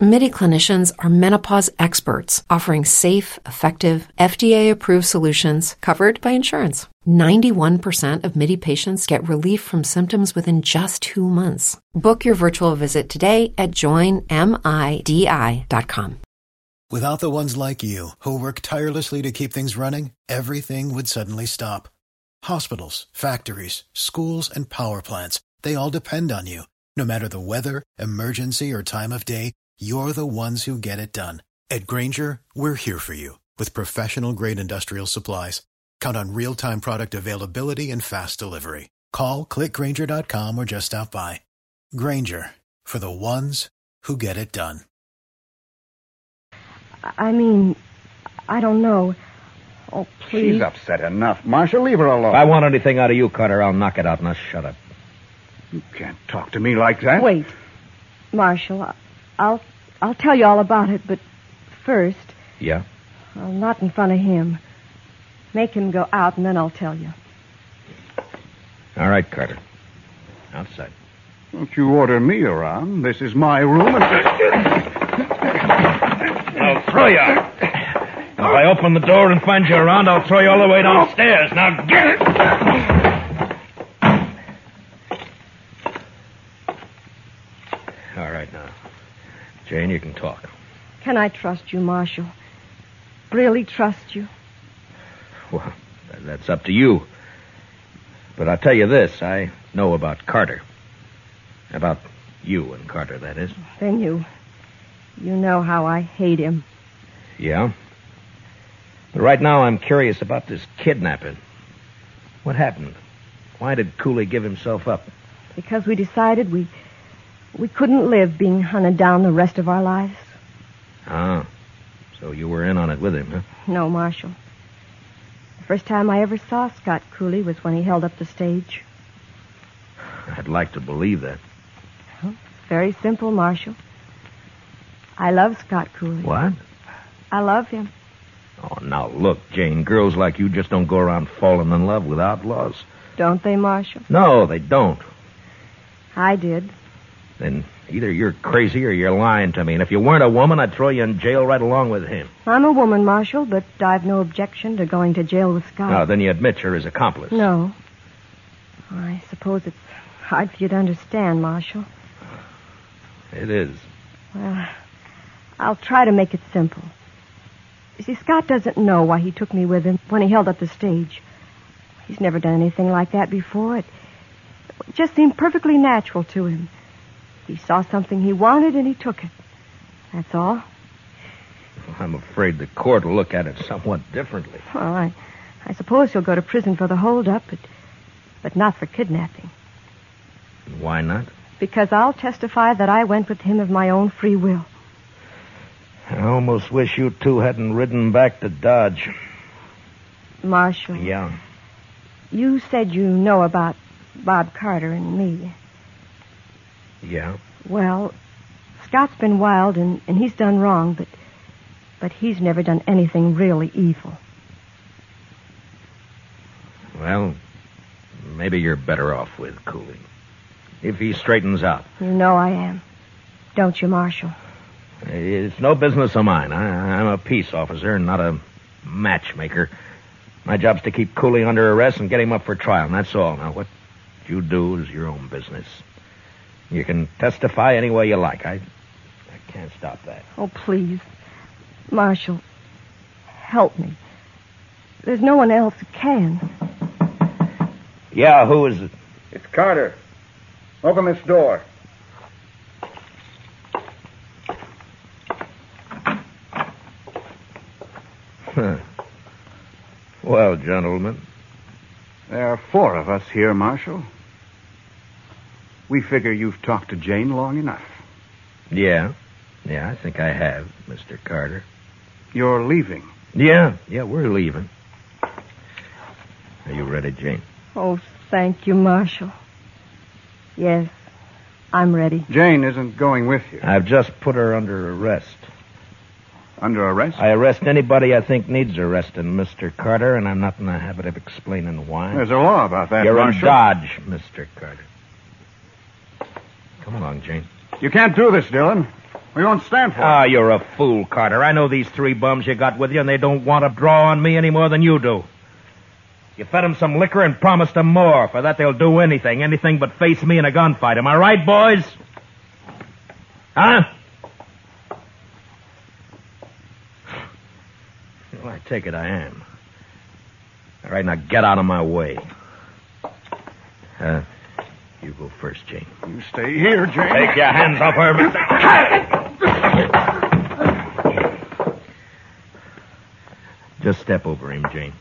MIDI clinicians are menopause experts offering safe, effective, FDA approved solutions covered by insurance. 91% of MIDI patients get relief from symptoms within just two months. Book your virtual visit today at joinmidi.com. Without the ones like you, who work tirelessly to keep things running, everything would suddenly stop. Hospitals, factories, schools, and power plants, they all depend on you. No matter the weather, emergency, or time of day, you're the ones who get it done. At Granger, we're here for you with professional grade industrial supplies. Count on real time product availability and fast delivery. Call clickgranger.com or just stop by. Granger for the ones who get it done. I mean, I don't know. Oh, please. She's upset enough. Marshal, leave her alone. If I want anything out of you, Carter, I'll knock it out. Now shut up. You can't talk to me like that. Wait, Marshal. I- I'll I'll tell you all about it, but first, Yeah? well, not in front of him. Make him go out, and then I'll tell you. All right, Carter. Outside. Don't you order me around. This is my room. I'll throw you. If I open the door and find you around, I'll throw you all the way downstairs. Now get it. All right now. Jane, you can talk. Can I trust you, Marshal? Really trust you? Well, that- that's up to you. But I'll tell you this I know about Carter. About you and Carter, that is. Then you, you know how I hate him. Yeah. But right now, I'm curious about this kidnapping. What happened? Why did Cooley give himself up? Because we decided we, we couldn't live being hunted down the rest of our lives. Ah, so you were in on it with him, huh? No, Marshal. The first time I ever saw Scott Cooley was when he held up the stage. I'd like to believe that. Very simple, Marshal. I love Scott Cooley. What? I love him. Oh, now look, Jane, girls like you just don't go around falling in love with outlaws. Don't they, Marshal? No, they don't. I did. Then either you're crazy or you're lying to me. And if you weren't a woman, I'd throw you in jail right along with him. I'm a woman, Marshal, but I've no objection to going to jail with Now, Scott. Ah, then you admit you're his accomplice. Oh. No. I suppose it's hard for you to understand, Marshal. It is. Well, I'll try to make it simple. You see, Scott doesn't know why he took me with him when he held up the stage. He's never done anything like that before. It it just seemed perfectly natural to him. He saw something he wanted and he took it. That's all. I'm afraid the court will look at it somewhat differently. Well, I, I suppose he'll go to prison for the holdup, but, but not for kidnapping. Why not? Because I'll testify that I went with him of my own free will. I almost wish you two hadn't ridden back to Dodge. Marshal. Yeah. You said you know about Bob Carter and me. Yeah. Well, Scott's been wild and, and he's done wrong, but but he's never done anything really evil. Well, maybe you're better off with Cooley. If he straightens out. You know I am. Don't you, Marshal? It's no business of mine. I, I'm a peace officer, not a matchmaker. My job's to keep Cooley under arrest and get him up for trial, and that's all. Now, what you do is your own business. You can testify any way you like. I, I can't stop that. Oh, please. Marshal, help me. There's no one else who can. Yeah, who is it? It's Carter. Open this door. Huh. Well, gentlemen, There are four of us here, Marshal. We figure you've talked to Jane long enough. Yeah. Yeah, I think I have, Mr. Carter. You're leaving. Yeah, yeah, we're leaving. Are you ready, Jane? Oh, thank you, Marshal. Yes, I'm ready. Jane isn't going with you. I've just put her under arrest. Under arrest? I arrest anybody I think needs arresting, Mr. Carter, and I'm not in the habit of explaining why. There's a law about that, You're Marshal. a dodge, Mr. Carter. Come along, Jane. You can't do this, Dillon. We won't stand for it. Ah, you're a fool, Carter. I know these three bums you got with you, and they don't want to draw on me any more than you do. You fed 'em some liquor and promised 'em more. For that, they'll do anything, anything but face me in a gunfight. Am I right, boys? Huh? Well, I take it I am. All right, now get out of my way. Uh, you go first, Jane. You stay here, Jane. Take your hands off her, Mr. Just step over him, Jane.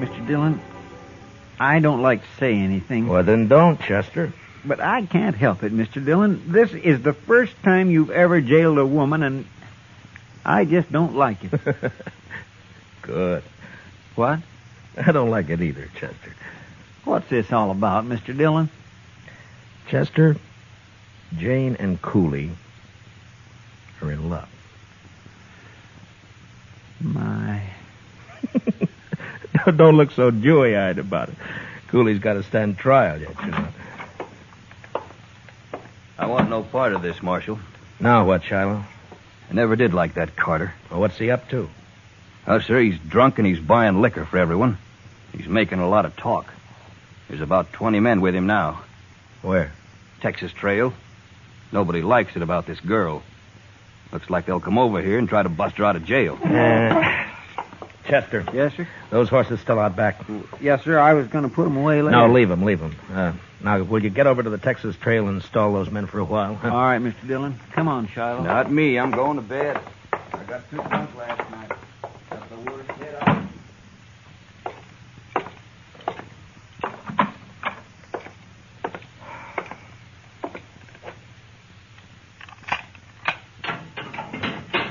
Mr. Dillon, I don't like to say anything, Well, then don't, Chester. but I can't help it, Mr. Dillon. This is the first time you've ever jailed a woman, and I just don't like it. Good. what? I don't like it either, Chester. What's this all about, Mr. Dillon? Chester, Jane and Cooley are in love. My. don't look so dewy-eyed about it. Cooley's got to stand trial yet, you know. I want no part of this, Marshal. Now what, Shiloh? I never did like that Carter. Well, what's he up to? Oh, sir, he's drunk and he's buying liquor for everyone. He's making a lot of talk. There's about 20 men with him now. Where? Texas Trail. Nobody likes it about this girl. Looks like they'll come over here and try to bust her out of jail. Uh, Chester, Yes, sir? those horses still out back. Yes, sir. I was going to put them away later. No, leave him, leave him. Uh, now, will you get over to the Texas Trail and stall those men for a while? huh? All right, Mr. Dillon. Come on, Shiloh. Not me. I'm going to bed. I got too drunk last night. Got the worst head I Uh,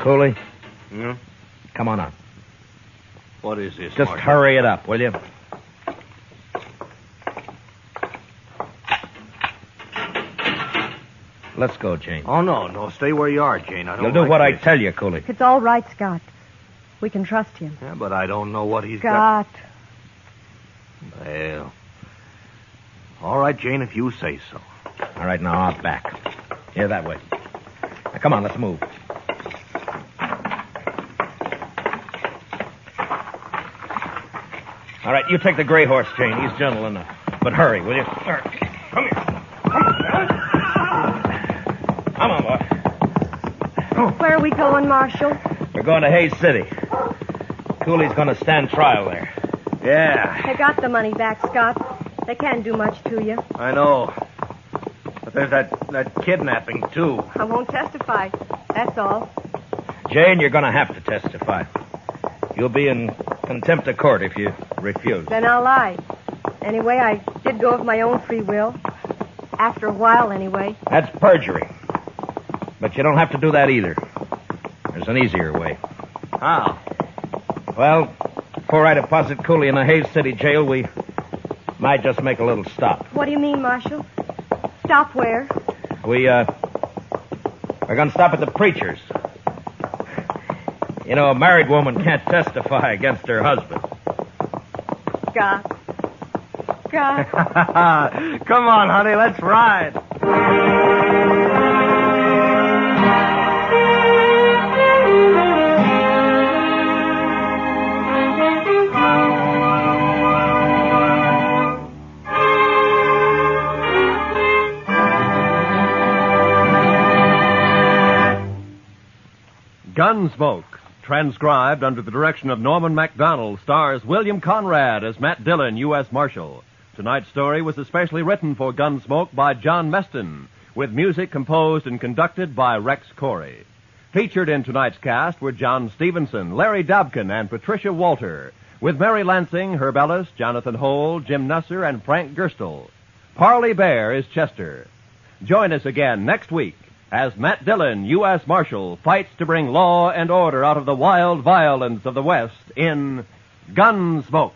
Cooley? Come on up. What is this? Just Marshal? hurry it up, will you? Let's go, Jane. Oh, no, no. Stay where you are, Jane. I don't You'll do like what I this. tell you, Cooley. It's all right, Scott. We can trust him. Yeah, but I don't know what he's got. Scott. Well. All right, Jane, if you say so. All right, now out back. Yeah, that way. Now, come on, let's move. All right, you take the gray horse, Jane. He's gentle enough. But hurry, will you? Hurry. Come here. Come on, boy. Where are we going, Marshal? We're going to Hayes City. Cooley's going to stand trial there. Yeah, They got the money back, Scott. They can't do much to you. I know. But there's that, that kidnapping, too. I won't testify. That's all. Jane, you're going to have to testify. You'll be in contempt of court if you refuse. Then I'll lie. Anyway, I did go of my own free will. After a while, anyway. That's perjury. But you don't have to do that either. There's an easier way. How? Oh, Well, before I deposit Cooley in the Hayes City jail, we might just make a little stop. What do you mean, Marshal? Stop where? We, uh, we're going to stop at the preacher's. You know, a married woman can't testify against her husband. Scott. Scott. Come on, honey, let's ride. Gunsmoke, transcribed under the direction of Norman MacDonald, stars William Conrad as Matt Dillon, U.S. Marshal. Tonight's story was especially written for Gunsmoke by John Meston, with music composed and conducted by Rex Corey. Featured in tonight's cast were John Stevenson, Larry Dobkin, and Patricia Walter, with Mary Lansing, Herb Ellis, Jonathan Hole, Jim Nusser, and Frank Gerstle. Parley Bear is Chester. Join us again next week as Matt Dillon, U.S. Marshal, fights to bring law and order out of the wild violence of the West in Gunsmoke.